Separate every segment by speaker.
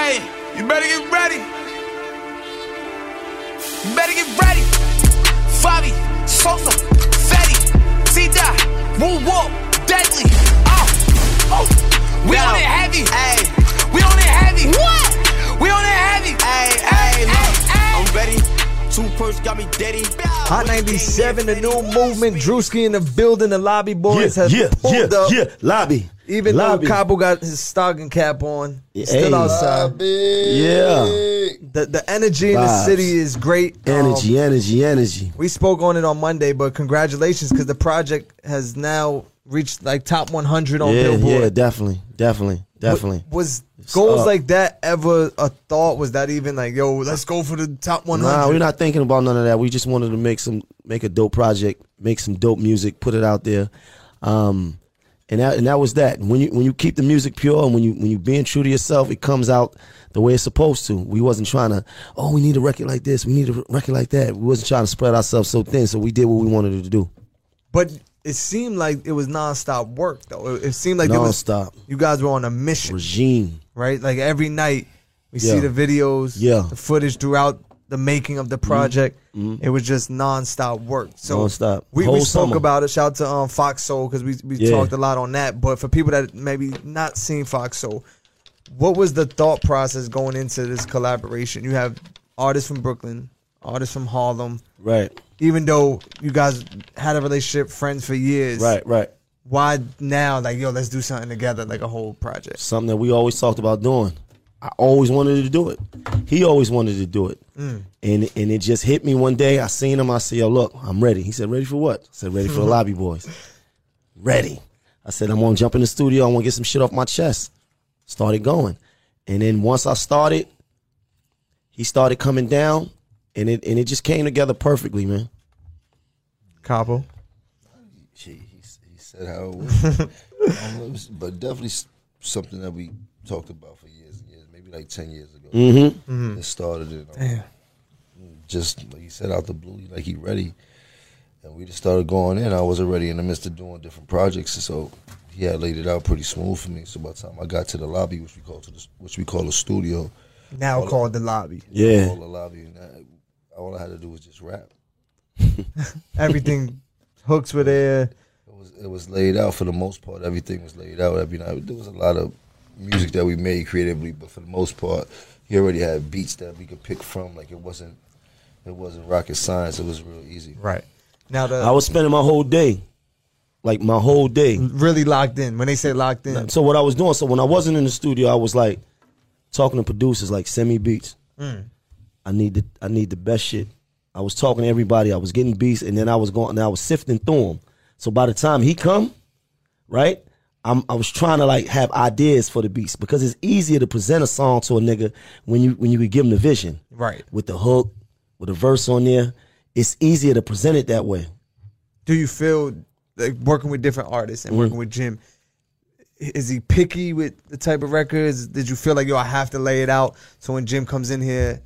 Speaker 1: You better get ready. You better get ready. Fabi, Sosa, Fetty, T-Dot, Woo Whoop, Deadly. Oh, oh, we on it heavy.
Speaker 2: Hey,
Speaker 1: We on it heavy. What? We on it heavy.
Speaker 2: hey, hey, look, I'm ready. Two perks got me daddy.
Speaker 3: Hot 97, the new movement. Drewski in the building. The lobby boys have pulled up.
Speaker 4: lobby.
Speaker 3: Even
Speaker 4: Lobby.
Speaker 3: though Cabo got his stocking cap on, he's
Speaker 4: Hey.
Speaker 3: still outside.
Speaker 4: Yeah.
Speaker 3: The, the energy in the
Speaker 4: Vibes.
Speaker 3: city is great. Um,
Speaker 4: Energy, energy, energy.
Speaker 3: we spoke on it on Monday, but congratulations because the project has now reached like top 100 on
Speaker 4: Yeah,
Speaker 3: Billboard.
Speaker 4: yeah, definitely, definitely, definitely.
Speaker 3: was goals
Speaker 4: up.
Speaker 3: like that ever a thought? Was that even like, yo, let's go for the top 100?
Speaker 4: Nah, we're not thinking about none of that. We just wanted to make some, make a dope project, make some dope music, put it out there, um, and that and that was that. When you when you keep the music pure and when you when you being true to yourself, it comes out the way it's supposed to. We wasn't trying to, oh, we need a record like this, we need a record like that. We wasn't trying to spread ourselves so thin, so we did what we wanted to do.
Speaker 3: But it seemed like it was nonstop work though. It, it seemed like It was,
Speaker 4: Nonstop.
Speaker 3: you guys were on a mission,
Speaker 4: Regime,
Speaker 3: right? Like every night we see
Speaker 4: Yeah.
Speaker 3: the videos,
Speaker 4: Yeah. Mm-hmm.
Speaker 3: the footage throughout the making of the project. It was just nonstop work. So
Speaker 4: Nonstop.
Speaker 3: We, we
Speaker 4: Whole
Speaker 3: spoke
Speaker 4: summer.
Speaker 3: about it. Shout out to um, Fox Soul because we we
Speaker 4: Yeah.
Speaker 3: talked a lot on that. But for people that maybe not seen Fox Soul, what was the thought process going into this collaboration? You have artists from Brooklyn, artists from Harlem.
Speaker 4: right,
Speaker 3: Even though you guys had a relationship, friends for years,
Speaker 4: right.
Speaker 3: why now? Like, yo, let's do something together, like a whole project.
Speaker 4: something that we always talked about doing. I always wanted to do it. He always wanted to do it. And and it just hit me one day. I seen him. I said, "Yo, look, I'm ready." He said, "Ready for what?" I said, "Ready for the lobby boys." Ready. I said, "I'm gonna jump in the studio. I want to get some shit off my chest." Started going, and then once I started, he started coming down, and it and it just came together perfectly, man.
Speaker 3: Capo,
Speaker 5: He, he, he said how it was. I don't know, it was- but definitely s- something that we talked about for years and years, maybe like 10 years ago. It started it. um, Just like he said, out the blue, he- like he ready. And we just started going in. I was already in the midst of doing different projects, so he had laid it out pretty smooth for me. So by the time I got to the lobby, which we call to the, which we call a studio,
Speaker 3: now called the lobby.
Speaker 4: Yeah,
Speaker 5: all the lobby, and that, all I had to do was just rap.
Speaker 3: Everything hooks were there.
Speaker 5: It was it was laid out for the most part. Everything was laid out every night. There was a lot of music that we made creatively, but for the most part, he already had beats that we could pick from. Like it wasn't it wasn't rocket science. It was real easy.
Speaker 3: Right. Now the
Speaker 4: I was spending my whole day, like my whole day,
Speaker 3: really locked in. When they say locked in,
Speaker 4: So what I was doing, so when I wasn't in the studio, I was like talking to producers, like send me beats. I need the I need the best shit. I was talking to everybody. I was getting beats, and then I was going and I was sifting through them. So by the time he come, right, I'm I was trying to like have ideas for the beats because it's easier to present a song to a nigga when you when you could give him the vision,
Speaker 3: Right.
Speaker 4: with the hook, with a verse on there. It's easier to present it that way.
Speaker 3: do you feel like working with different artists
Speaker 4: Mm.
Speaker 3: and working with Jim? Is he picky with the type of records? Did you feel like yo, I have to lay it out? So when Jim comes in here,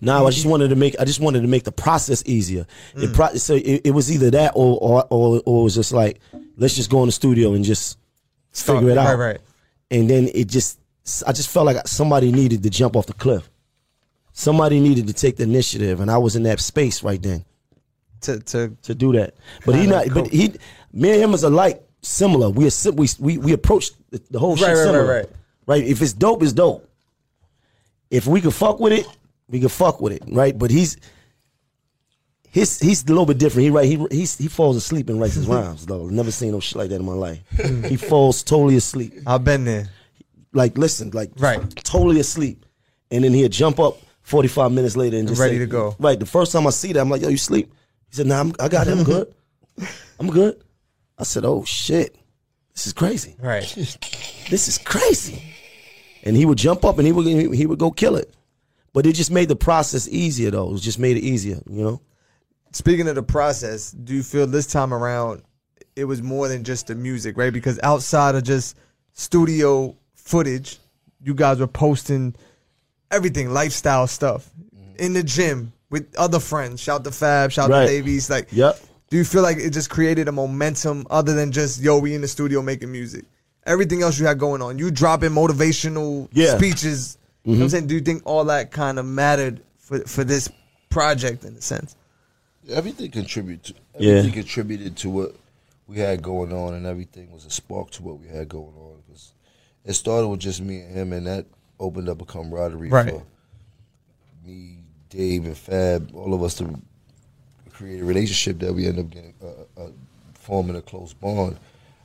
Speaker 4: No,
Speaker 3: Mm-hmm.
Speaker 4: I just wanted to make I just wanted to make the process easier.
Speaker 3: Mm.
Speaker 4: It pro- so it, it was either that or or or, or it was just like let's just go in the studio and just
Speaker 3: Start-
Speaker 4: figure it out.
Speaker 3: right, right.
Speaker 4: And then it just I just felt like somebody needed to jump off the cliff. Somebody needed to take the initiative, and I was in that space right then
Speaker 3: to to
Speaker 4: to do that. But he
Speaker 3: Kinda
Speaker 4: not.
Speaker 3: cool.
Speaker 4: But he, me and him is alike, similar. We are si- we we we approach the, the whole shit
Speaker 3: Right, right, right,
Speaker 4: similar.
Speaker 3: right.
Speaker 4: Right. If it's dope, it's dope. If we could fuck with it, we could fuck with it. Right. But he's. His, he's a little bit different. He right he he's, he falls asleep and writes his rhymes. Though never seen no shit like that in my life. he falls totally asleep
Speaker 3: I've been there.
Speaker 4: like listen, like
Speaker 3: Right.
Speaker 4: totally asleep, and then he'll jump up forty five minutes later and just
Speaker 3: Ready
Speaker 4: say-
Speaker 3: to go.
Speaker 4: Right, the first time I see that, I'm like, "Yo, you sleep?" He said, "Nah, I'm, I got it. I'm good. I'm good." I said, "Oh shit, this is crazy.
Speaker 3: Right.
Speaker 4: This is crazy." And he would jump up and he would he would go kill it, but it just made the process easier though. It just made it easier, you know.
Speaker 3: Speaking of the process, do you feel this time around it was more than just the music, right? Because outside of just studio footage, you guys were posting everything, lifestyle stuff in the gym with other friends. Shout to Fab, shout
Speaker 4: Mm-hmm. Right.
Speaker 3: to Davies, like
Speaker 4: Yep.
Speaker 3: Do you feel like it just created a momentum other than just yo, we in the studio making music? Everything else you had going on, you dropping motivational
Speaker 4: Yeah. Mm-hmm.
Speaker 3: speeches You know what I'm saying? Do you think all that kind of mattered for for this project in a sense?
Speaker 5: Everything contributed. To,
Speaker 4: Yeah.
Speaker 5: everything contributed to what we had going on, and everything was a spark to what we had going on. 'Cause it started with just me and him, and that opened up a camaraderie
Speaker 3: Right.
Speaker 5: for me, Dave, and Fab, all of us to create a relationship that we end up getting uh, uh, forming a close bond.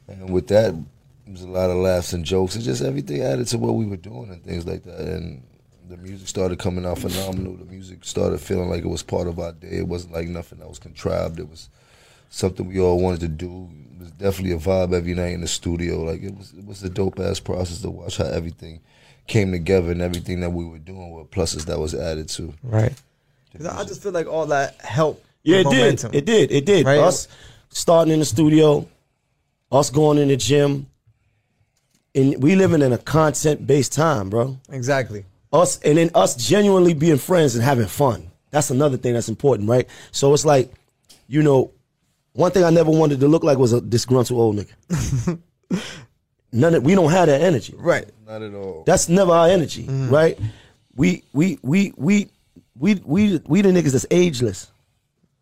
Speaker 5: And with that, it was a lot of laughs and jokes, and just everything added to what we were doing and things like that. And the music started coming out phenomenal. The music started feeling like it was part of our day. It wasn't like nothing that was contrived. It was something we all wanted to do. It was definitely a vibe every night in the studio. Like it was, it was a dope ass process to watch how everything came together and everything that we were doing were pluses that was added to.
Speaker 3: Right. I just feel like all that helped. the
Speaker 4: Yeah, it did.
Speaker 3: momentum.
Speaker 4: It did. It did.
Speaker 3: Right?
Speaker 4: Us starting in the studio, us going in the gym, and we living in a content based time, bro.
Speaker 3: Exactly.
Speaker 4: Us and then us genuinely being friends and having fun. That's another thing that's important, right? So it's like, you know, one thing I never wanted to look like was a disgruntled old nigga. None of we don't have that energy.
Speaker 3: Right.
Speaker 5: Not at all.
Speaker 4: That's never our energy,
Speaker 3: Mm.
Speaker 4: right? We we we we we we we the niggas that's ageless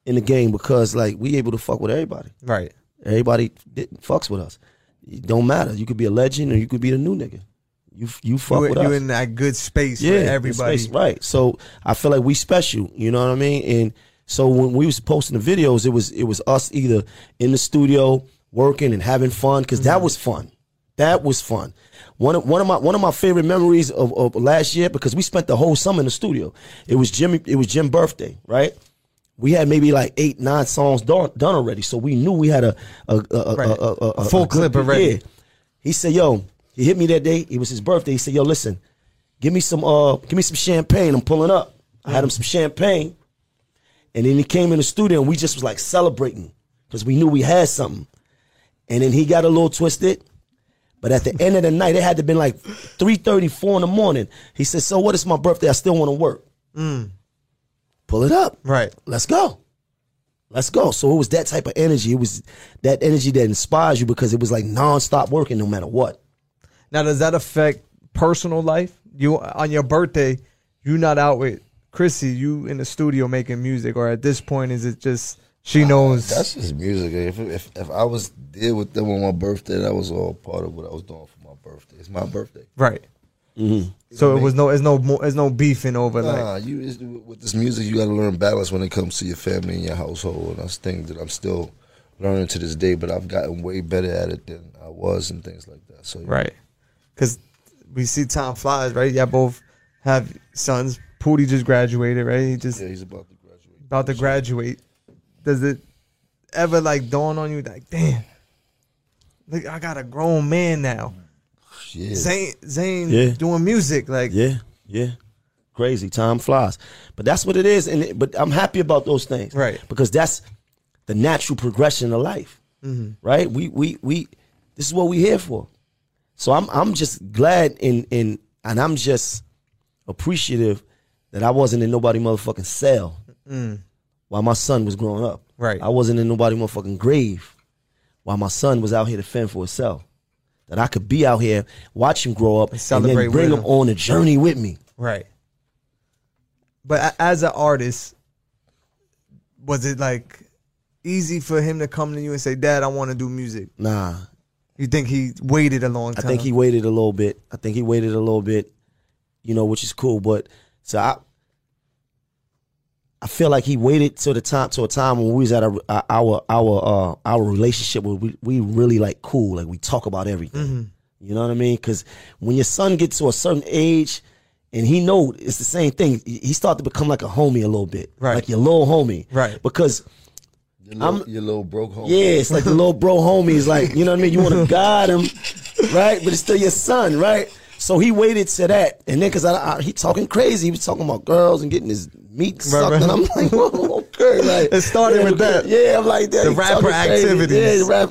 Speaker 4: in the game because like we able to fuck with everybody.
Speaker 3: Right.
Speaker 4: Everybody di- fucks with us. It don't matter. You could be a legend or you could be the new nigga. You f- you fuck
Speaker 3: You,
Speaker 4: with
Speaker 3: you
Speaker 4: us.
Speaker 3: in that good space yeah,
Speaker 4: yeah,
Speaker 3: for everybody.
Speaker 4: space, right? So I feel like we special. You know what I mean? And so when we was posting the videos, it was it was us either in the studio working and having fun because
Speaker 3: Mm-hmm.
Speaker 4: that was fun. That was fun. One of, one of my one of my favorite memories of, of last year because we spent the whole summer in the studio. It was Jimmy. It was Jim's birthday, right? We had maybe like eight, nine songs done, done already, so we knew we had a a, a, a-
Speaker 3: Right.
Speaker 4: a- a- a-
Speaker 3: A full
Speaker 4: a
Speaker 3: clip already.
Speaker 4: Yeah. He said, "Yo," he hit me that day. It was his birthday. He said, "Yo, listen, give me some uh, give me some champagne. I'm pulling up." I had him some champagne, and then he came in the studio, and we just was like celebrating because we knew we had something. And then he got a little twisted, but at the end of the night, it had to been like 3.30, 4 in the morning. He said, "So what? It's my birthday. I still want to work.
Speaker 3: Mm.
Speaker 4: Pull it up,
Speaker 3: Right.
Speaker 4: let's go. Let's go. So it was that type of energy. It was that energy that inspires you because it was like nonstop working no matter what.
Speaker 3: Now, does that affect personal life? You on your birthday, you not out with Chrissy. You in the studio making music, or at this point, is it just she knows?
Speaker 5: That's just music. If, if if I was there with them on my birthday, that was all part of what I was doing for my birthday. It's my birthday.
Speaker 3: right. So it was no, it's no, more, it's no beefing over like
Speaker 5: Nah, you it's- with this music, you got to learn balance when it comes to your family and your household, and that's things that I'm still learning to this day. But I've gotten way better at it than I was, and things like that. So
Speaker 3: right, because we see time flies, right? Y'all both have sons. Pootie just graduated, right? He just
Speaker 5: yeah, he's about to graduate.
Speaker 3: about to graduate. Does it ever like dawn on you like, damn, like I got a grown man now?
Speaker 5: Shit.
Speaker 3: Zane, Zane
Speaker 4: Yeah.
Speaker 3: doing music, like
Speaker 4: Yeah, yeah. Crazy. Time flies. But that's what it is. And it- but I'm happy about those things.
Speaker 3: Right.
Speaker 4: Because that's the natural progression of life.
Speaker 3: Mm-hmm.
Speaker 4: Right? We we we this is what we here for. So I'm I'm just glad and and and I'm just appreciative that I wasn't in nobody motherfucking cell while my son was growing up.
Speaker 3: Mm. Right.
Speaker 4: I wasn't in nobody motherfucking grave while my son was out here to fend for himself. That I could be out here, watch him grow up, and,
Speaker 3: celebrate
Speaker 4: then bring
Speaker 3: with
Speaker 4: him
Speaker 3: him.
Speaker 4: on a journey with me.
Speaker 3: right. But a- as an artist, was it like easy for him to come to you and say, "Dad, I want to do music"?
Speaker 4: Nah,
Speaker 3: You think he waited a long
Speaker 4: I
Speaker 3: time?
Speaker 4: think he waited a little bit. I think he waited a little bit, you know, which is cool. But so I, I feel like he waited till the time to a time when we was at a, our our uh, our relationship where we we really like cool, like we talk about everything.
Speaker 3: Mm-hmm.
Speaker 4: You know what I mean? Because when your son gets to a certain age, and he know it's the same thing, he he start to become like a homie a little bit,
Speaker 3: Right.
Speaker 4: Like your little homie,
Speaker 3: Right.
Speaker 4: Because
Speaker 5: Your little, your little broke home.
Speaker 4: yeah, it's like the little bro homies, like, you know what I mean? You want to guide him, right? But it's still your son, right? So he waited to that. And then, because I, I, he talking crazy. He was talking about girls and getting his meat sucked.
Speaker 3: right.
Speaker 4: And I'm like, whoa, okay. Like,
Speaker 3: It started
Speaker 4: yeah,
Speaker 3: with
Speaker 4: because-
Speaker 3: that.
Speaker 4: Yeah, I'm like, that.
Speaker 3: The
Speaker 4: he
Speaker 3: rapper
Speaker 4: talking crazy. Yeah,
Speaker 3: activities.
Speaker 4: the rap.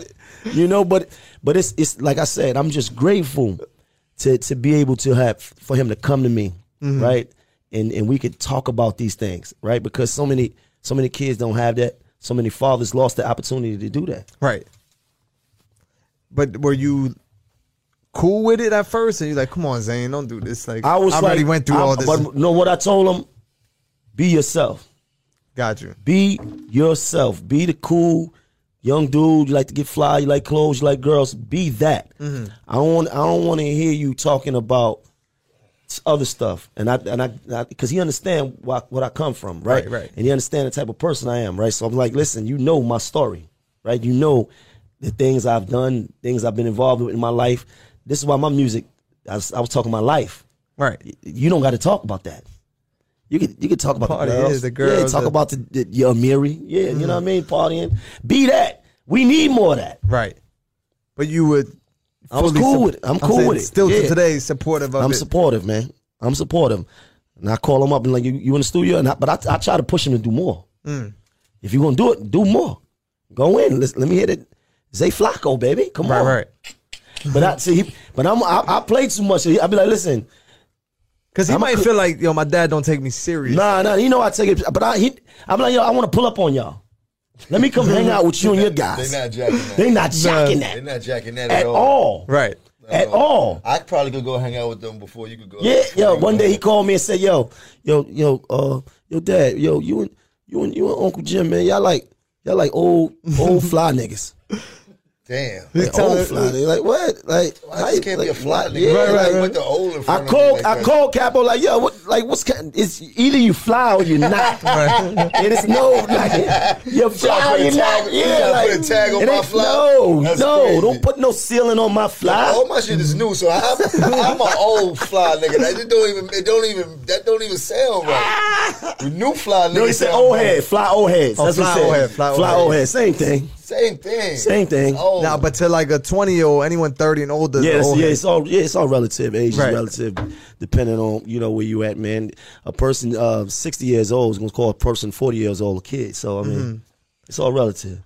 Speaker 4: You know, but but it's it's like I said, I'm just grateful to to be able to have for him to come to me,
Speaker 3: Mm-hmm.
Speaker 4: right? And and we could talk about these things, right? Because so many so many kids don't have that. So many fathers lost the opportunity to do that.
Speaker 3: right. But were you cool with it at first, and you're like, "Come on, Zayn, don't do this." Like,
Speaker 4: I was like,
Speaker 3: already went through
Speaker 4: I-
Speaker 3: all this.
Speaker 4: But no, what I told him, be yourself.
Speaker 3: Got you.
Speaker 4: Be yourself. Be the cool young dude. You like to get fly. You like clothes. You like girls. Be that. I don't. Want, I don't want to hear you talking about s- other stuff. And I and I because he understand why, what I come from, right?
Speaker 3: Right, right.
Speaker 4: And he understand the type of person I am, right? So I'm like, listen, you know my story, right? You know the things I've done, things I've been involved with in my life. This is why my music. I was, I was talking my life
Speaker 3: Right.
Speaker 4: you don't got to talk about that. You could you could talk about
Speaker 3: Party
Speaker 4: the girls,
Speaker 3: is the girls,
Speaker 4: yeah, talk
Speaker 3: the-
Speaker 4: about the, the your Amiri, yeah, you know what I mean, partying. Be that. We need more of that.
Speaker 3: Right. But you would.
Speaker 4: I was
Speaker 3: fully
Speaker 4: cool
Speaker 3: sup-
Speaker 4: with it. I'm cool
Speaker 3: saying
Speaker 4: with it.
Speaker 3: Still
Speaker 4: Yeah.
Speaker 3: to today, supportive of
Speaker 4: I'm
Speaker 3: it.
Speaker 4: supportive, man. I'm supportive, and I call him up and like you, you in the studio, and I, but I, I try to push him to do more.
Speaker 3: Mm.
Speaker 4: If you're gonna do it, do more. Go in. Let's, let me hit it. Zay Flacco, baby, come
Speaker 3: right,
Speaker 4: on.
Speaker 3: right.
Speaker 4: But I see, he, but I'm I, I play too much. I be like, listen,
Speaker 3: Because he
Speaker 4: I'm a
Speaker 3: might
Speaker 4: cou-
Speaker 3: feel like, yo, my dad don't take me serious.
Speaker 4: Nah, nah, you know I take it, but I he, I'm like, yo, I want to pull up on y'all. Let me come hang out with you and your guys.
Speaker 5: They not jacking that.
Speaker 4: They not jacking
Speaker 5: They
Speaker 4: that
Speaker 5: not jacking that
Speaker 4: at all.
Speaker 3: Right.
Speaker 4: At all.
Speaker 5: I probably could go hang out with them before you could go.
Speaker 4: Yeah, yo. One day he called me and said, "Yo, yo, yo, uh, yo, dad, yo, you and you and you and Uncle Jim, man, y'all like y'all like old old fly niggas,
Speaker 5: Damn.
Speaker 3: He's
Speaker 4: like old fly.
Speaker 3: telling
Speaker 4: niggas. Like what? Like
Speaker 5: I
Speaker 4: how you-
Speaker 5: just can't
Speaker 4: like,
Speaker 5: be a fly nigga.
Speaker 4: Yeah,
Speaker 5: Right,
Speaker 4: like,
Speaker 5: right, right. With the old in
Speaker 4: I
Speaker 5: front of me
Speaker 4: called
Speaker 5: like
Speaker 4: I
Speaker 5: that.
Speaker 4: called Capo like yo what like what's ca- it's either you fly or you're not it is no like you're fly or
Speaker 5: put a
Speaker 4: you're
Speaker 5: tag-
Speaker 4: not
Speaker 5: you
Speaker 4: yeah
Speaker 5: gotta
Speaker 4: like
Speaker 5: put a tag on
Speaker 4: it
Speaker 5: my
Speaker 4: ain't-
Speaker 5: fly?
Speaker 4: no
Speaker 5: That's
Speaker 4: no
Speaker 5: crazy.
Speaker 4: don't put no ceiling on my fly
Speaker 5: All my shit is new, so I'm, I'm an old fly nigga. That just don't even. It don't even. That don't even sound right. The new fly nigga.
Speaker 4: no he said
Speaker 5: sound
Speaker 4: old
Speaker 5: right.
Speaker 4: head fly old heads
Speaker 3: Oh,
Speaker 4: that's what
Speaker 3: fly
Speaker 4: he said
Speaker 3: old head, fly old head.
Speaker 4: old head same thing
Speaker 5: Same thing.
Speaker 4: Same thing.
Speaker 5: Oh,
Speaker 3: Nah, but to like a 20 year old, anyone 30 and older, oh,
Speaker 4: yeah,
Speaker 3: the
Speaker 4: it's,
Speaker 3: old
Speaker 4: yeah,
Speaker 3: head.
Speaker 4: it's all yeah, it's all relative. Age
Speaker 3: Right.
Speaker 4: is relative, depending on you know where you at, man. A person uh, sixty years old is gonna call a person forty years old a kid. So I mean,
Speaker 3: Mm-hmm.
Speaker 4: it's all relative.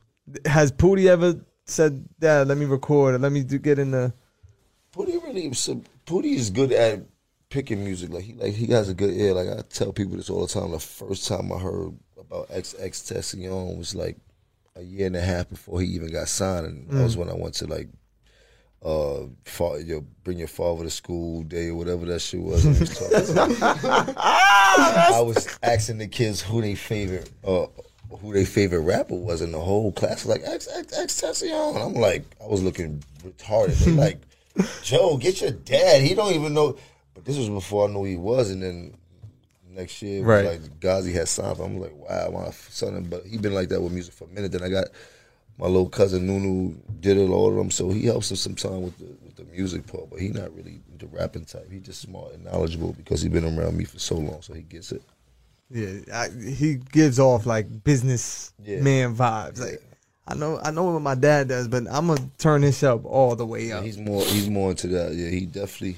Speaker 3: Has Pootie ever said, Dad, let me record or let me do, get in the.
Speaker 5: Pootie really. So Pootie is good at picking music. Like he, like he has a good ear. Like I tell people this all the time. The first time I heard about XX Tentacion was like a year and a half before he even got signed, and that
Speaker 4: Mm.
Speaker 5: was when I went to like. Uh, fa- your bring your father to school day or whatever that shit was. that he was talking about. I was asking the kids who they favorite uh who their favorite rapper was in the whole class. Like X X X Tentacion. I'm like, I was looking retarded. They like, Joe, get your dad. He don't even know. But this was before I knew he was, and then next year, it was
Speaker 3: Right.
Speaker 5: like Gazi had signed. I'm like, wow, my son. But he been like that with music for a minute. Then I got my little cousin Nunu did it all of them, so he helps us sometimes with the with the music part. But he not really the rapping type. He just smart and knowledgeable because he been around me for so long, so he gets it.
Speaker 3: Yeah, I, he gives off like business
Speaker 5: Yeah.
Speaker 3: man vibes. Like, I know, I know what my dad does, but I'm gonna turn this up all the way up.
Speaker 5: He's more he's more into that. Yeah, he definitely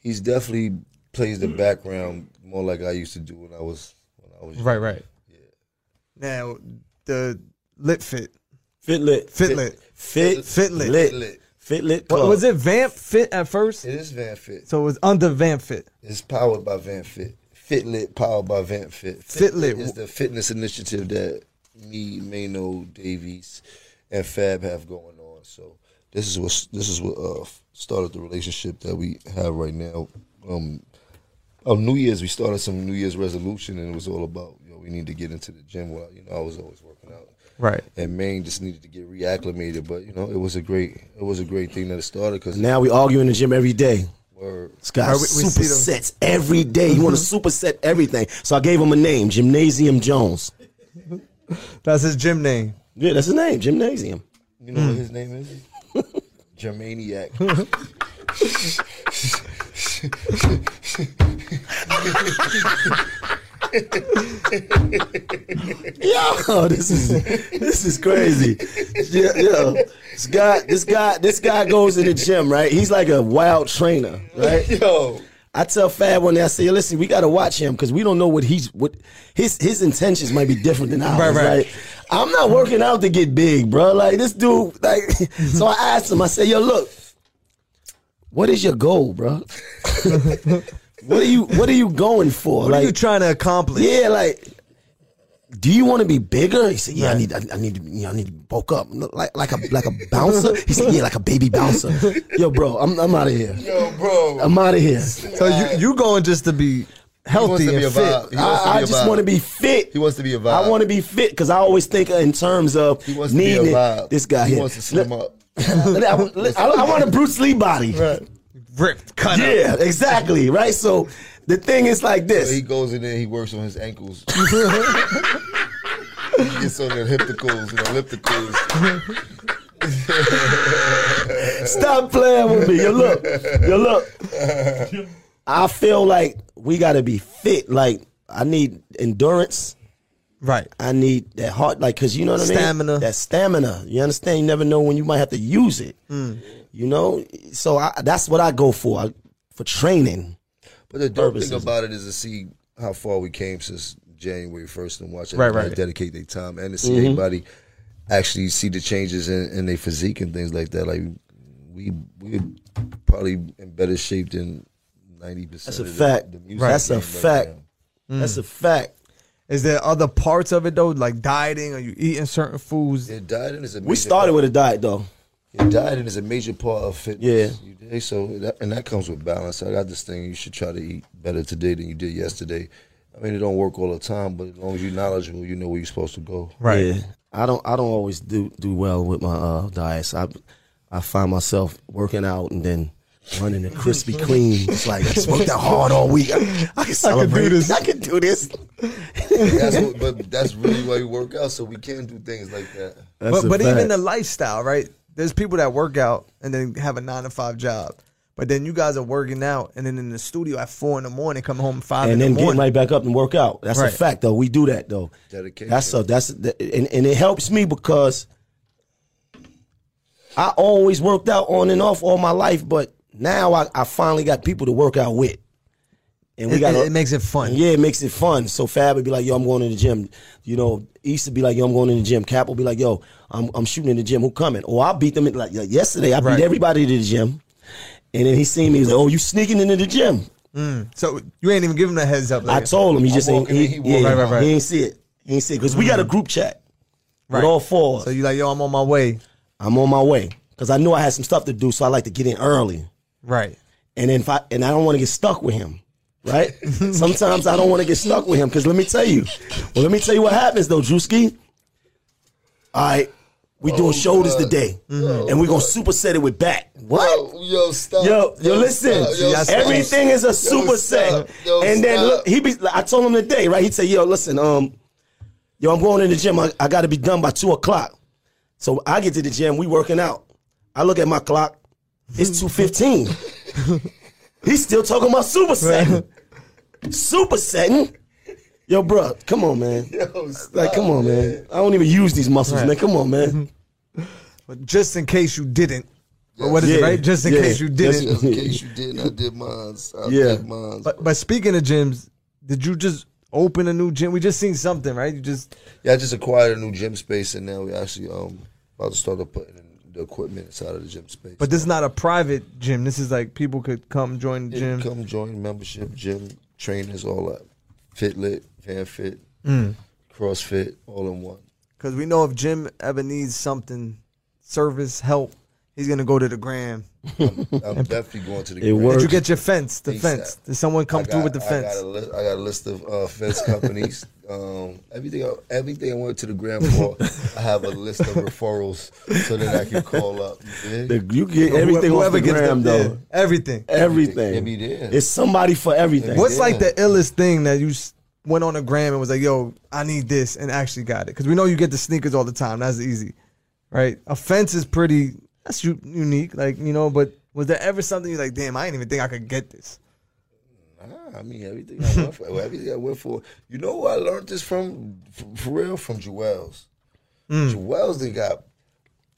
Speaker 5: he's definitely plays the background more like I used to do when I was when I was
Speaker 3: Right, right. Now the lip fit,
Speaker 4: Fitlet,
Speaker 3: fitlet.
Speaker 4: fit,
Speaker 3: Fitlet.
Speaker 4: fitlet,
Speaker 5: Fitlet.
Speaker 4: fitlet.
Speaker 3: What,
Speaker 4: Club.
Speaker 3: was it vamp fit at first?
Speaker 5: It is Van Fit.
Speaker 3: So it was under vamp fit.
Speaker 5: It's powered by Van Fit. Fitlit powered by Van Fit.
Speaker 3: Fitlit.
Speaker 5: is the fitness initiative that me, Mano, Davies, and Fab have going on. So this is what this is what uh, started the relationship that we have right now. Um, on New Year's, we started some New Year's resolution, and it was all about you know we need to get into the gym. Well, you know, I was always working out,
Speaker 3: Right.
Speaker 5: and Maine just needed to get reacclimated. But you know, it was a great it was a great thing that it started because
Speaker 4: Now we argue in the gym every day. This guy
Speaker 3: Right, we- we see them. Mm-hmm.
Speaker 4: supersets every day. You want to superset everything. So I gave him a name, Gymnasium Jones.
Speaker 3: That's his gym name.
Speaker 4: Yeah, that's his name, Gymnasium.
Speaker 5: You know
Speaker 4: Hmm.
Speaker 5: what his name is? Germaniac.
Speaker 4: Yo, this is this is crazy. Yeah, yo, this guy, this guy, this guy goes in the gym, right? He's like a wild trainer, right?
Speaker 5: Yo.
Speaker 4: I tell Fab one day, I say, listen, we gotta watch him because we don't know what he's what his his intentions might be different than ours.
Speaker 3: Right,
Speaker 4: Right,
Speaker 3: right.
Speaker 4: I'm not working out to get big, bro. Like this dude, like so I asked him, I said, yo, look, what is your goal, bro? what are you what are you going for?
Speaker 3: What
Speaker 4: like
Speaker 3: are you trying to accomplish?
Speaker 4: yeah, like do you want to be bigger? He said, yeah, I
Speaker 3: Right.
Speaker 4: need, I, I need to, you know, I need to bulk up, Look like like a like a bouncer. He said, yeah, like a baby bouncer. Yo, bro, I'm I'm out of here.
Speaker 5: Yo, bro.
Speaker 4: I'm out of here.
Speaker 3: So you you going just to be healthy
Speaker 5: to be
Speaker 3: and
Speaker 5: a
Speaker 3: fit?
Speaker 5: vibe. He wants to
Speaker 4: I, I
Speaker 5: be a
Speaker 4: just
Speaker 5: vibe.
Speaker 4: want to be fit.
Speaker 5: He wants to be a vibe.
Speaker 4: I want to be fit because I always think in terms of
Speaker 5: He wants to be a
Speaker 4: needing it.
Speaker 5: vibe.
Speaker 4: this guy
Speaker 5: he
Speaker 4: here.
Speaker 5: wants to slim up.
Speaker 4: I, I- I want a Bruce Lee body.
Speaker 3: Ripped, cut up.
Speaker 4: Yeah, exactly. Right. So the thing is like
Speaker 5: So he
Speaker 4: this.
Speaker 5: goes in there, he works on his ankles. he gets on the ellipticals and ellipticals.
Speaker 4: Stop playing with me. Yo, look. Yo, look. I feel like we got to be fit. Like I need endurance.
Speaker 3: Right.
Speaker 4: I need that heart, like, cause you know what I
Speaker 3: Stamina.
Speaker 4: mean. That stamina. You understand? You never know when you might have to use it. You know, so I, that's what I go for I, for training.
Speaker 5: But the dope
Speaker 4: Purposes.
Speaker 5: thing about it is to see how far we came since January first and watch
Speaker 3: Right,
Speaker 5: everybody
Speaker 3: right.
Speaker 5: dedicate their time and to see everybody actually see the changes in, in their physique and things like that. Like we we probably in better shape than ninety percent.
Speaker 4: That's a fact. That's a fact. That's a fact.
Speaker 3: Is there other parts of it though, like dieting? Are you eating certain foods?
Speaker 5: Your dieting is a
Speaker 4: We started with a diet though.
Speaker 5: Your dieting is a major part of fitness.
Speaker 4: Yeah.
Speaker 5: You dig? So that, and that comes with balance. I got this thing. You should try to eat better today than you did yesterday. I mean, it don't work all the time, but as long as you're knowledgeable, you know where you're supposed to go.
Speaker 3: Right.
Speaker 4: Yeah. I don't. I don't always do do well with my uh, diets. I I find myself working out and then running a Krispy Kreme. It's like I just worked out hard all week. I, I can celebrate. I can do
Speaker 3: this.
Speaker 4: this. I can do this.
Speaker 5: That's what, but that's really why you work out, so we can do things like that.
Speaker 3: but but even the lifestyle, right? There's people that work out and then have a nine to five job. But then you guys are working out and then in the studio at four in the morning, come home five in
Speaker 4: and
Speaker 3: the
Speaker 4: then
Speaker 3: morning.
Speaker 4: getting right back up and work out. That's
Speaker 3: Right.
Speaker 4: a fact, though. We do that, though.
Speaker 5: Dedication.
Speaker 4: That's a that's a, and and it helps me because I always worked out on and off all my life, but now I, I finally got people to work out with, and we
Speaker 3: It-
Speaker 4: got
Speaker 3: it- it makes it fun.
Speaker 4: Yeah, it makes it fun. So Fab would be like, "Yo, I'm going to the gym." You know, East would be like, "Yo, I'm going to the gym." Cap will be like, "Yo, I'm I'm shooting in the gym. Who coming?" Or I beat them in, like, like yesterday. I beat
Speaker 3: Right.
Speaker 4: everybody to the gym, and then he seen me. He's like, "Oh, you sneaking into the gym?"
Speaker 3: So you ain't even giving a heads up.
Speaker 4: I
Speaker 3: Like,
Speaker 4: told him he just ain't
Speaker 5: walking
Speaker 4: he,
Speaker 5: in, he
Speaker 4: yeah,
Speaker 5: walking
Speaker 3: Right, right, right.
Speaker 4: he ain't see it. He ain't see it because we got a group chat
Speaker 3: Right.
Speaker 4: with all four. of
Speaker 3: so
Speaker 4: us.
Speaker 3: you like, yo, I'm on my way.
Speaker 4: I'm on my way because I knew I had some stuff to do, so I like to get in early.
Speaker 3: Right.
Speaker 4: And then if I and I don't want to get stuck with him, right? Sometimes I don't want to get stuck with him because let me tell you. Well, let me tell you what happens though, Drewski. All right, we
Speaker 3: Oh,
Speaker 4: doing shoulders
Speaker 5: God.
Speaker 4: today,
Speaker 3: Mm-hmm.
Speaker 4: and we're gonna superset it with back. What?
Speaker 5: Yo, yo, stop.
Speaker 4: Yo, yo, listen.
Speaker 5: stop. Yo,
Speaker 3: Yes,
Speaker 5: stop.
Speaker 4: everything is a super set.
Speaker 5: stop. Yo,
Speaker 4: and then
Speaker 5: stop.
Speaker 4: look, he be. I told him today, right? He said, "Yo, listen, um, yo, I'm going in the gym. I, I got to be done by two o'clock. So I get to the gym. We working out. I look at my clock. It's two fifteen. He's still talking about super setting. super setting. Yo, bro, come on, man.
Speaker 5: Yo, stop.
Speaker 4: Like, come on, man. I don't even use these muscles, man. Come on, man.
Speaker 3: But just in case you didn't. But what is it,
Speaker 4: Yeah.
Speaker 3: right? Just in
Speaker 4: Yeah.
Speaker 3: case you
Speaker 4: That's-
Speaker 3: didn't.
Speaker 5: Just in case you didn't, I did mine. I
Speaker 4: Yeah.
Speaker 5: did mine.
Speaker 3: But but speaking of gyms, did you just open a new gym? We just seen something, right? You just
Speaker 5: Yeah, I just acquired a new gym space, and now we actually um about to start putting in the equipment inside of the gym space.
Speaker 3: but this is not a private gym. This is like people could come join the
Speaker 5: Yeah,
Speaker 3: gym.
Speaker 5: come join membership, gym, trainers, all that, Fitlit, FanFit,
Speaker 4: Mm.
Speaker 5: CrossFit, all in one.
Speaker 3: Because we know if Jim ever needs something, service, help, he's going to go to the gram.
Speaker 5: I'm definitely going to the.
Speaker 4: It
Speaker 5: Grand.
Speaker 4: worked.
Speaker 3: Did you get your fence? The
Speaker 5: ASAP.
Speaker 3: fence. Did someone come
Speaker 5: I
Speaker 3: through
Speaker 5: got-
Speaker 3: with the
Speaker 5: I
Speaker 3: fence?
Speaker 5: Got a list, I got a list of uh, fence companies. um, everything, I, everything I went to the gram for, I have a list of referrals so that I can call up. You dig?
Speaker 4: The- you get
Speaker 3: Whoever-
Speaker 4: everything off
Speaker 3: whoever
Speaker 4: the
Speaker 3: gets
Speaker 4: gram,
Speaker 3: the-
Speaker 4: though.
Speaker 3: yeah, everything.
Speaker 4: Everything.
Speaker 5: It be there.
Speaker 4: It's somebody for everything.
Speaker 3: What's
Speaker 5: yeah.
Speaker 3: like the illest thing that you s- went on a gram and was like, yo, I need this and actually got it? Because we know you get the sneakers all the time. That's easy, right? A fence is pretty, that's u- unique. Like, you know, but was there ever something you're like, damn, I didn't even think I could get this?
Speaker 5: Nah, Ah, I mean everything I went for. Everything I went for. You know where I learned this from? For, for real, from Joel's.
Speaker 3: Hmm.
Speaker 5: Joel's they got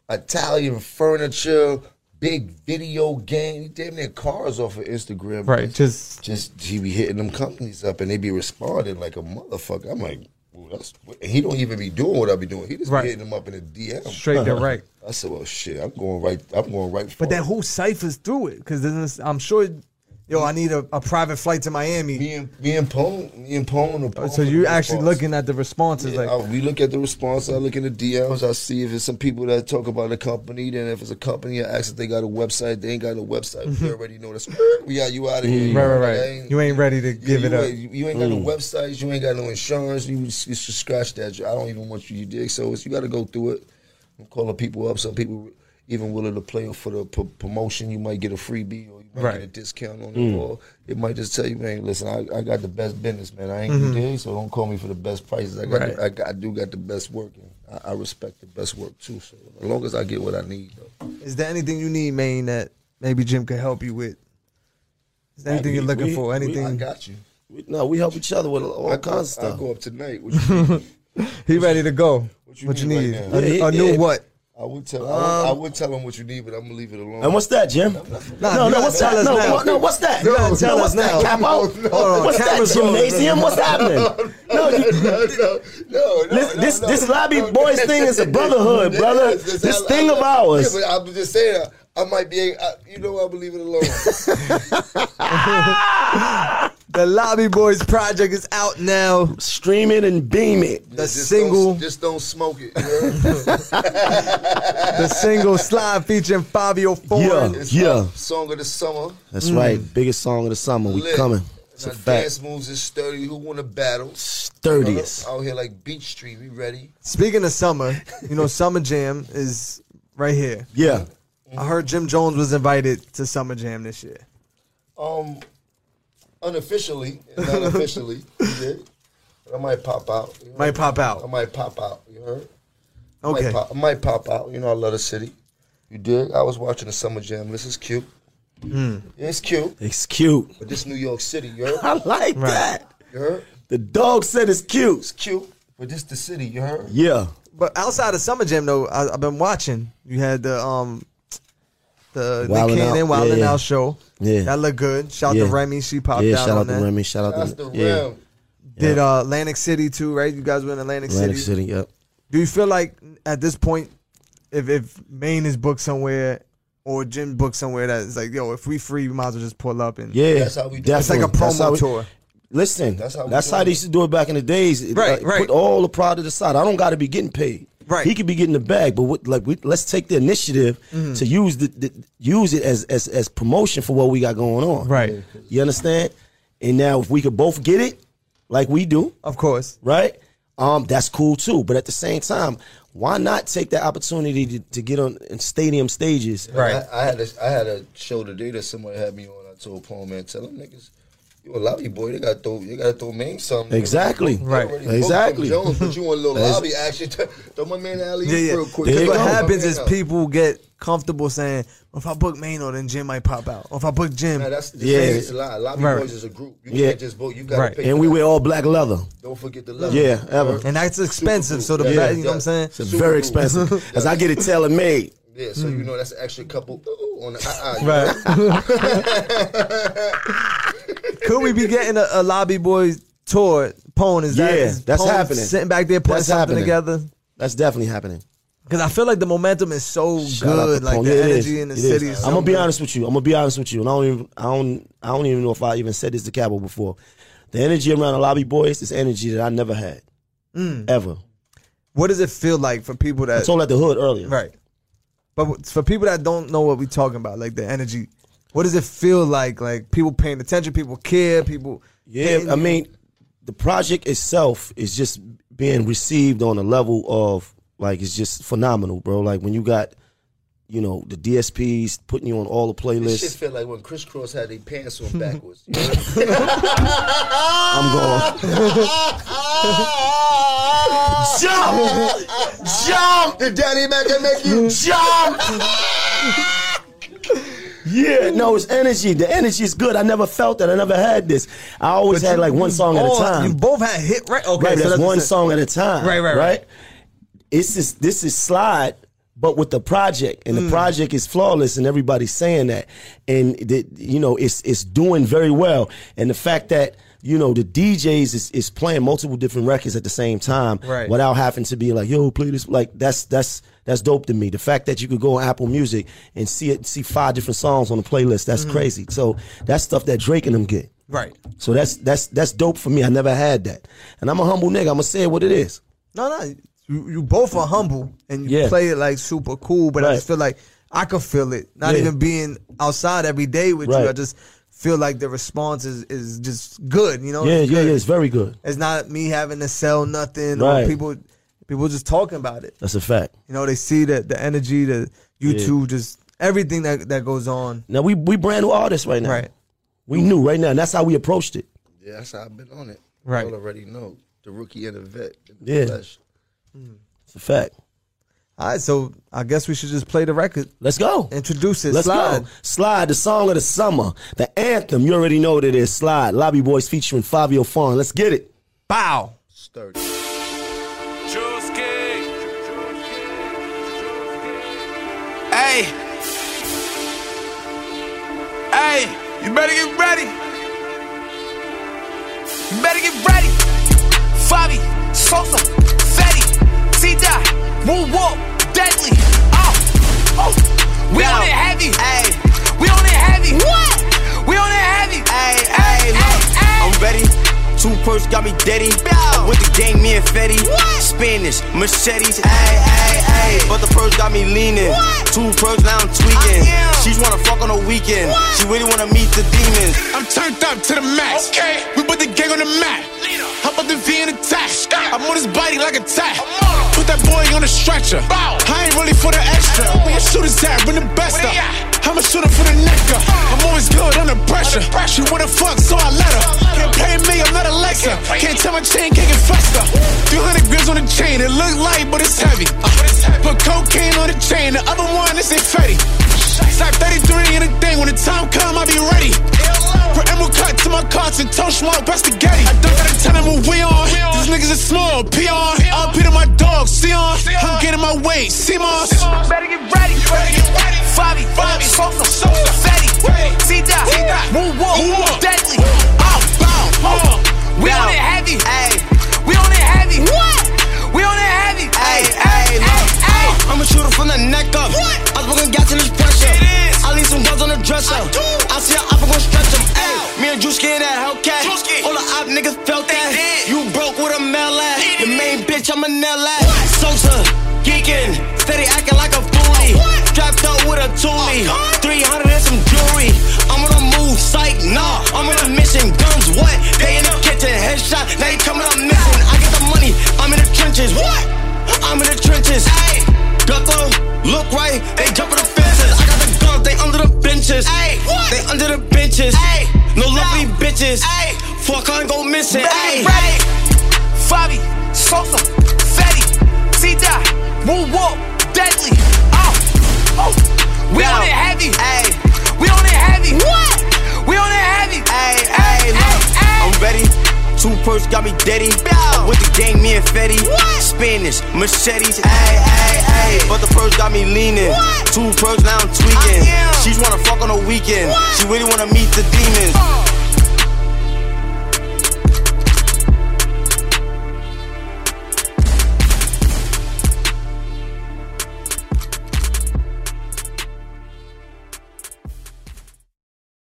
Speaker 5: Italian furniture, big video game. He damn near cars off of Instagram.
Speaker 3: Right. Just,
Speaker 5: Just he be hitting them companies up and they be responding like a motherfucker. I'm like, well, that's what-" and he don't even be doing what I be doing. He just
Speaker 3: Right.
Speaker 5: be hitting them up in a DM.
Speaker 3: straight direct.
Speaker 5: I said, well, shit, I'm going right. I'm going right.
Speaker 3: But
Speaker 5: for it.
Speaker 3: then who ciphers through it? Because I'm sure yo, I need a, a private flight to Miami.
Speaker 5: Me and me and Pone, me and Pone. are
Speaker 3: Oh,
Speaker 5: both
Speaker 3: So you
Speaker 5: in
Speaker 3: actually
Speaker 5: response.
Speaker 3: looking at the responses
Speaker 5: Yeah,
Speaker 3: like,
Speaker 5: I- we look at the response. I look in the DMs. I see if it's some people that talk about the company. Then if it's a company, I ask if they got a website. They ain't got a website. We already know that's we out. You out of here.
Speaker 3: Mm-hmm. right,
Speaker 5: You
Speaker 3: right,
Speaker 5: that
Speaker 3: right. You ain't ready to
Speaker 5: yeah,
Speaker 3: give
Speaker 5: you
Speaker 3: it up.
Speaker 5: ain't- You, ain't got no websites. You ain't got no insurance. You just, it's just scratch that. I don't even want you. You dig? So it's, you got to go through it. I'm calling people up. Some people even willing to play for the p- promotion. You might get a freebie or you might
Speaker 3: Right. Mm.
Speaker 5: get a discount on it. Or it might just tell you, man, listen, I, I got the best business, man. I ain't you dig? So don't call me for the best prices. I got,
Speaker 3: Mm-hmm. Right.
Speaker 5: the, I, got- I do got the best work. And I, I respect the best work too. So as long as I get what I need, though.
Speaker 3: Is there anything you need, Maine, that maybe Jim could help you with? Is there
Speaker 4: Nah,
Speaker 3: anything
Speaker 4: we-
Speaker 3: you're looking
Speaker 4: we-
Speaker 3: for?
Speaker 4: we- I
Speaker 5: I
Speaker 3: Anything?
Speaker 5: got you.
Speaker 4: We- No, we help each other with all
Speaker 5: I go,
Speaker 4: kinds of
Speaker 5: I
Speaker 3: uh,
Speaker 4: stuff.
Speaker 5: go up tonight. What you need?
Speaker 3: He ready to go. What
Speaker 5: What
Speaker 3: you,
Speaker 5: you
Speaker 3: need?
Speaker 5: need right now?
Speaker 3: a,
Speaker 4: Yeah,
Speaker 3: a
Speaker 4: yeah,
Speaker 3: new
Speaker 4: yeah.
Speaker 3: what?
Speaker 5: I would tell. I,
Speaker 3: Um,
Speaker 5: would, I would tell him what you need, but I'm gonna leave it alone.
Speaker 4: And what's that, Jim?
Speaker 3: Nah,
Speaker 4: no,
Speaker 3: you
Speaker 4: no,
Speaker 3: gotta
Speaker 4: what's
Speaker 3: tell
Speaker 4: that?
Speaker 3: us
Speaker 4: No,
Speaker 3: now.
Speaker 4: what, no, what's that?
Speaker 3: You gotta
Speaker 4: no,
Speaker 3: tell
Speaker 4: no,
Speaker 3: us
Speaker 4: what's that,
Speaker 3: now.
Speaker 4: Capo?
Speaker 3: Hold on,
Speaker 4: what's that,
Speaker 3: camera's rolling.
Speaker 4: gymnasium? What's happening? No, you,
Speaker 5: no, no, no, no,
Speaker 4: This-
Speaker 5: no,
Speaker 4: this-
Speaker 5: no,
Speaker 4: this lobby
Speaker 5: no.
Speaker 4: boys thing is a brotherhood,
Speaker 5: Yes,
Speaker 4: brother.
Speaker 5: yes,
Speaker 4: This
Speaker 5: I-
Speaker 4: thing
Speaker 5: I-
Speaker 4: of ours.
Speaker 5: Yeah, but I'm just saying, I, I might be. I, you know, I'm leave it alone.
Speaker 3: The Lobby Boys project is out now.
Speaker 4: stream it and beam it.
Speaker 3: The
Speaker 5: Just
Speaker 3: single,
Speaker 5: Don't, just don't smoke it. you know?
Speaker 3: the single slide featuring Fabio Foreign.
Speaker 4: Yeah.
Speaker 5: It's my Song of the summer.
Speaker 4: That's
Speaker 3: Mm.
Speaker 4: right. Biggest song of the summer. We
Speaker 5: Lit.
Speaker 4: coming. It's
Speaker 5: Now,
Speaker 4: a fact.
Speaker 5: dance moves is sturdy. Who want to battle? Uh,
Speaker 3: Uh,
Speaker 4: Sturdiest.
Speaker 5: Out here like Beach Street. We ready?
Speaker 3: Speaking of summer, you know Summer Jam is right here.
Speaker 4: Yeah.
Speaker 3: I heard Jim Jones was invited to Summer Jam this year.
Speaker 5: Um, unofficially, not officially. you did. But I might pop out. you know?
Speaker 3: Might pop
Speaker 5: I
Speaker 3: out.
Speaker 5: might pop out. You heard?
Speaker 3: Okay.
Speaker 5: Might pop, might pop out. You know, I love the city. You dig? I was watching the Summer Jam. This is cute.
Speaker 4: Hmm.
Speaker 5: Yeah, it's cute.
Speaker 4: It's cute.
Speaker 5: But this New York City, you heard?
Speaker 4: I like that.
Speaker 5: You heard?
Speaker 4: The dog said it's cute.
Speaker 5: It's cute. But this the city, you heard?
Speaker 4: Yeah.
Speaker 3: But outside of Summer Jam though, I, I've been watching. You had the um the
Speaker 4: Wildin'
Speaker 3: the Cannon
Speaker 4: Out.
Speaker 3: Wild and
Speaker 4: Yeah, yeah.
Speaker 3: Out show.
Speaker 4: Yeah.
Speaker 3: That looked good. Shout out
Speaker 4: Yeah.
Speaker 3: to Remy, she popped
Speaker 4: yeah,
Speaker 3: out
Speaker 4: shout
Speaker 3: on
Speaker 4: out
Speaker 3: that.
Speaker 4: to Remy. Shout out
Speaker 5: That's
Speaker 4: to
Speaker 5: the
Speaker 4: yeah.
Speaker 5: rim.
Speaker 3: Did uh, Atlantic City too, right? You guys were in Atlantic,
Speaker 4: Atlantic
Speaker 3: City.
Speaker 4: City. Yep.
Speaker 3: Do you feel like at this point, if if Maine is booked somewhere or Jim booked somewhere that is like, yo, if we free, we might as well just pull up and
Speaker 4: Yeah.
Speaker 5: That's how we do it.
Speaker 3: it's like a
Speaker 4: definitely. That's how
Speaker 3: promo
Speaker 4: we-
Speaker 3: tour.
Speaker 4: Listen,
Speaker 5: That's
Speaker 4: that's
Speaker 5: how
Speaker 4: how,
Speaker 5: we
Speaker 4: that's
Speaker 5: do
Speaker 4: how
Speaker 5: it.
Speaker 4: they used to do it back in the days. It-
Speaker 3: Right,
Speaker 4: like,
Speaker 3: right.
Speaker 4: Put all the pride to the side. I don't got to be getting paid.
Speaker 3: Right.
Speaker 4: He could be getting the bag, but what, like, we, let's take the initiative
Speaker 3: Mm-hmm.
Speaker 4: to use the, the use it as, as as promotion for what we got going on.
Speaker 3: Right.
Speaker 4: You understand? And now, if we could both get it, like we do,
Speaker 3: Of course.
Speaker 4: right? Um, that's cool too. But at the same time, why not take that opportunity to, to get on in stadium stages?
Speaker 3: Right.
Speaker 5: I, I had a, I had a show today that somebody had me on. I told Paul, man, tell them niggas, you a lobby boy. They got to throw, they got to throw main something.
Speaker 4: Exactly.
Speaker 5: They
Speaker 3: Right.
Speaker 5: already booked
Speaker 4: Exactly.
Speaker 5: them Jones, but you want a little lobby action? throw my man alley
Speaker 3: Yeah, yeah.
Speaker 5: real quick.
Speaker 4: There
Speaker 3: Because
Speaker 4: you
Speaker 3: what
Speaker 4: go.
Speaker 3: happens
Speaker 5: My
Speaker 3: is
Speaker 5: man out.
Speaker 3: people get comfortable saying, well, if I book Maino, then Jim might pop out. Or if I book Jim,
Speaker 5: Now, that's the
Speaker 4: Yeah.
Speaker 5: thing, it's a lot. Lobby
Speaker 3: Right.
Speaker 5: boys is a group. You
Speaker 4: Yeah.
Speaker 5: can't just vote. You got to
Speaker 3: Right.
Speaker 5: pay.
Speaker 4: And
Speaker 5: for
Speaker 4: we
Speaker 5: that.
Speaker 4: wear all black leather.
Speaker 5: Don't forget the love.
Speaker 4: Yeah, ever.
Speaker 3: and that's expensive. So the
Speaker 5: Yeah.
Speaker 3: bet, you know what I'm saying?
Speaker 4: It's very expensive. As I get it tailor made.
Speaker 5: Yeah, so you know that's an extra couple ooh, on the uh-uh, you know?
Speaker 3: Hmm. Right. Could we be getting a, a lobby boys tour? Pone is that
Speaker 4: Yeah,
Speaker 3: is
Speaker 4: that's
Speaker 3: Pone
Speaker 4: happening.
Speaker 3: Sitting back there putting
Speaker 4: That's
Speaker 3: something
Speaker 4: happening.
Speaker 3: together.
Speaker 4: That's definitely happening.
Speaker 3: Because I feel like the momentum is so
Speaker 4: Shout out
Speaker 3: good,
Speaker 4: to
Speaker 3: like
Speaker 4: Pone.
Speaker 3: the
Speaker 4: Yeah, it
Speaker 3: energy
Speaker 4: is.
Speaker 3: in the
Speaker 4: It is.
Speaker 3: city.
Speaker 4: I'm gonna be honest with you. I'm gonna be honest with you. And I don't even I don't I don't even know if I even said this to Cabo before. The energy around the lobby boys is energy that I never had.
Speaker 3: Mm.
Speaker 4: Ever.
Speaker 3: What does it feel like for people
Speaker 4: I
Speaker 3: that
Speaker 4: told at the hood earlier.
Speaker 3: right? But for people that don't know what we're talking about, like the energy, what does it feel like? Like people paying attention, people care, people.
Speaker 4: Yeah,
Speaker 3: hitting
Speaker 4: I
Speaker 3: you.
Speaker 4: mean, the project itself is just being received on a level of like it's just phenomenal, bro. Like when you got, you know, the DSPs putting you on all the
Speaker 5: This shit
Speaker 4: playlists.
Speaker 5: feel like when Chris Cross had their pants on backwards. You know?
Speaker 4: I'm going jump, jump,
Speaker 5: Did Daddy Mac make you?
Speaker 4: jump. Yeah, no, it's energy. The energy is good. I never felt that. I never had this. I always had like one song at a
Speaker 3: Oh,
Speaker 4: time.
Speaker 3: You both had hit right. Okay,
Speaker 4: Right,
Speaker 3: so
Speaker 4: that's
Speaker 3: that's
Speaker 4: one
Speaker 3: the-
Speaker 4: song at a time.
Speaker 3: Right, right, right.
Speaker 4: It's just this is slide, but with the project, and
Speaker 3: Mm.
Speaker 4: the project is flawless, and everybody's saying that, and the, you know it's it's doing very well, and the fact that. you know, the DJs is, is playing multiple different records at the same time
Speaker 3: Right.
Speaker 4: without having to be like, yo, play this. Like that's that's that's dope to me. The fact that you could go on Apple Music and see it, see five different songs on the playlist, that's
Speaker 3: Mm.
Speaker 4: crazy. So that's stuff that Drake and them get.
Speaker 3: Right.
Speaker 4: So that's that's that's dope for me. I never had that, and I'm a humble nigga. I'm gonna say it what it is.
Speaker 3: No, no. You, you both are humble and you
Speaker 4: Yeah.
Speaker 3: play it like super cool, but I
Speaker 4: Right.
Speaker 3: just feel like I could feel it. Not
Speaker 4: Yeah.
Speaker 3: even being outside every day with you.
Speaker 4: Right.
Speaker 3: I just feel like the response is, is just good. You know?
Speaker 4: Yeah,
Speaker 3: Oh, It's
Speaker 4: yeah,
Speaker 3: good.
Speaker 4: yeah. It's very good.
Speaker 3: It's not me having to sell nothing
Speaker 4: Right.
Speaker 3: or people people just talking about it.
Speaker 4: That's a fact.
Speaker 3: You know, they see the the energy, the you
Speaker 4: Yeah.
Speaker 3: two, just everything that, that goes on.
Speaker 4: Now we we brand new artists right now.
Speaker 3: Right.
Speaker 4: We knew right now, and that's how we approached it.
Speaker 5: Yeah, that's how I've been on it.
Speaker 3: Right.
Speaker 5: Y'all already know. The rookie and the vet. in the
Speaker 4: Yeah.
Speaker 5: flesh.
Speaker 4: It's a fact.
Speaker 3: All right, so I guess we should just play the record.
Speaker 4: Let's go.
Speaker 3: Introduce it.
Speaker 4: Let's
Speaker 3: slide.
Speaker 4: go. Slide, the song of the summer, the anthem. You already know what it is. Slide, Lobby Boys featuring Fabio Fon. Let's get it.
Speaker 3: Bow.
Speaker 5: Sturdy.
Speaker 1: Hey. Hey, you better get ready. You better get ready. Fabi, Sosa, Fetty, T Dot, Woo Whoop, Deadly. Oh, oh, we on it heavy. Hey, we on it heavy. What? We on it heavy. Hey, hey,
Speaker 2: I'm ready. Two perks got me deady. With the gang, me and Fetty. Spanish, machetes. Ay, ay, ay. But the perks got me leaning. Two perks, now I'm tweaking.
Speaker 1: I am.
Speaker 2: She's wanna fuck on the weekend. She really wanna meet the demons.
Speaker 6: I'm turned up to the max.
Speaker 1: Okay.
Speaker 6: We put the gang on the map.
Speaker 1: Leader.
Speaker 6: Hop up the V in the tax.
Speaker 1: Scat.
Speaker 6: I'm on his body like a tack.
Speaker 1: I'm on him.
Speaker 6: Put that boy on the stretcher.
Speaker 1: Bow.
Speaker 6: I ain't really for the extra.
Speaker 1: At all.
Speaker 6: Where your shooters at? Bring the best
Speaker 1: Where
Speaker 6: up.
Speaker 1: they at?
Speaker 6: I'ma shoot him for the neck up.
Speaker 1: Uh.
Speaker 6: I'm always good under pressure.
Speaker 1: Under pressure.
Speaker 6: She wanna fuck, so I let her.
Speaker 1: So I let her.
Speaker 6: Can't play me, I'm not Alexa.
Speaker 1: Can't play
Speaker 6: Can't
Speaker 1: me.
Speaker 6: tell my chain can't get faster. 300 grams on the chain, it look light, but it's heavy.
Speaker 1: Uh, But it's heavy.
Speaker 6: Put cocaine on the chain, the other one, this ain't fatty. Slap 33 in the thing, when the time come, I'll be ready. For emerald cut to my cuts and toast smoke, best the Getty. I don't gotta tell them what we on.
Speaker 1: We on.
Speaker 6: These niggas is small, peon.
Speaker 1: Peon.
Speaker 6: I'll beat on my dog, Sion.
Speaker 1: Sion.
Speaker 6: I'm getting my weight, Seamoss.
Speaker 1: Better get ready. You better get ready. Fabi,
Speaker 6: Fabi,
Speaker 1: Sosa,
Speaker 6: Sosa,
Speaker 1: Fetty,
Speaker 6: Fetty,
Speaker 1: T-Dot,
Speaker 6: T-Dot,
Speaker 1: Woo
Speaker 6: Woo
Speaker 1: Woo,
Speaker 6: Woo,
Speaker 1: Deadly.
Speaker 6: Bow, bow, bow.
Speaker 1: We
Speaker 6: bow.
Speaker 1: on it heavy. Ay. We on it heavy. What? We on it heavy.
Speaker 2: Ay,
Speaker 1: Ay.
Speaker 2: ay, look.
Speaker 1: Ay.
Speaker 2: I'ma shoot her from the neck up.
Speaker 1: What?
Speaker 2: I smoking gas in this pressure.
Speaker 1: It is.
Speaker 2: I leave some guns on the dresser.
Speaker 1: I do.
Speaker 2: I see her up, I'm gon' stretch them.
Speaker 1: Ow.
Speaker 2: Ay, me and Juice in that Hellcat.
Speaker 1: Drewski.
Speaker 2: All the op niggas felt that.
Speaker 1: did.
Speaker 2: You broke with a male at.
Speaker 1: Did
Speaker 2: The
Speaker 1: it.
Speaker 2: main bitch, I'm a nail at. Sosa, geekin', steady acting like a foolie.
Speaker 1: what?
Speaker 2: Strapped up with a toolie.
Speaker 1: Oh, God.
Speaker 2: 300 and some jewelry. I'm on a move, psych, nah. I'm on a mission, guns what? They in the kitchen, headshot. They coming up missing. I get the money, I'm in the trenches. What? I'm in the trenches. Ayy. Duck low, look right, they jump on the fences. I got the guns, they under the benches. Ayy.
Speaker 1: What?
Speaker 2: They under the benches.
Speaker 1: Ayy.
Speaker 2: No lovely
Speaker 1: No.
Speaker 2: bitches.
Speaker 1: Ayy.
Speaker 2: Fuck, I ain't go missing.
Speaker 1: Ready,
Speaker 2: Ayy.
Speaker 1: ready. Fabi, Sosa, Fetty, T-Dot, Woo Woo, Deadly. Oh. Oh. We on it heavy.
Speaker 2: Ayy.
Speaker 1: We on it heavy. What? We on it heavy.
Speaker 2: Ayy, ayy, look. I'm ready. Two perks got me deady. I'm with the gang, me and Fetty.
Speaker 1: What?
Speaker 2: Spanish, machetes. Ayy, ayy, ayy. But the perks got me leaning.
Speaker 1: What?
Speaker 2: Two perks, now I'm tweaking.
Speaker 1: I am.
Speaker 2: She's wanna fuck on the weekend.
Speaker 1: What?
Speaker 2: She really wanna meet the demons.
Speaker 1: Uh.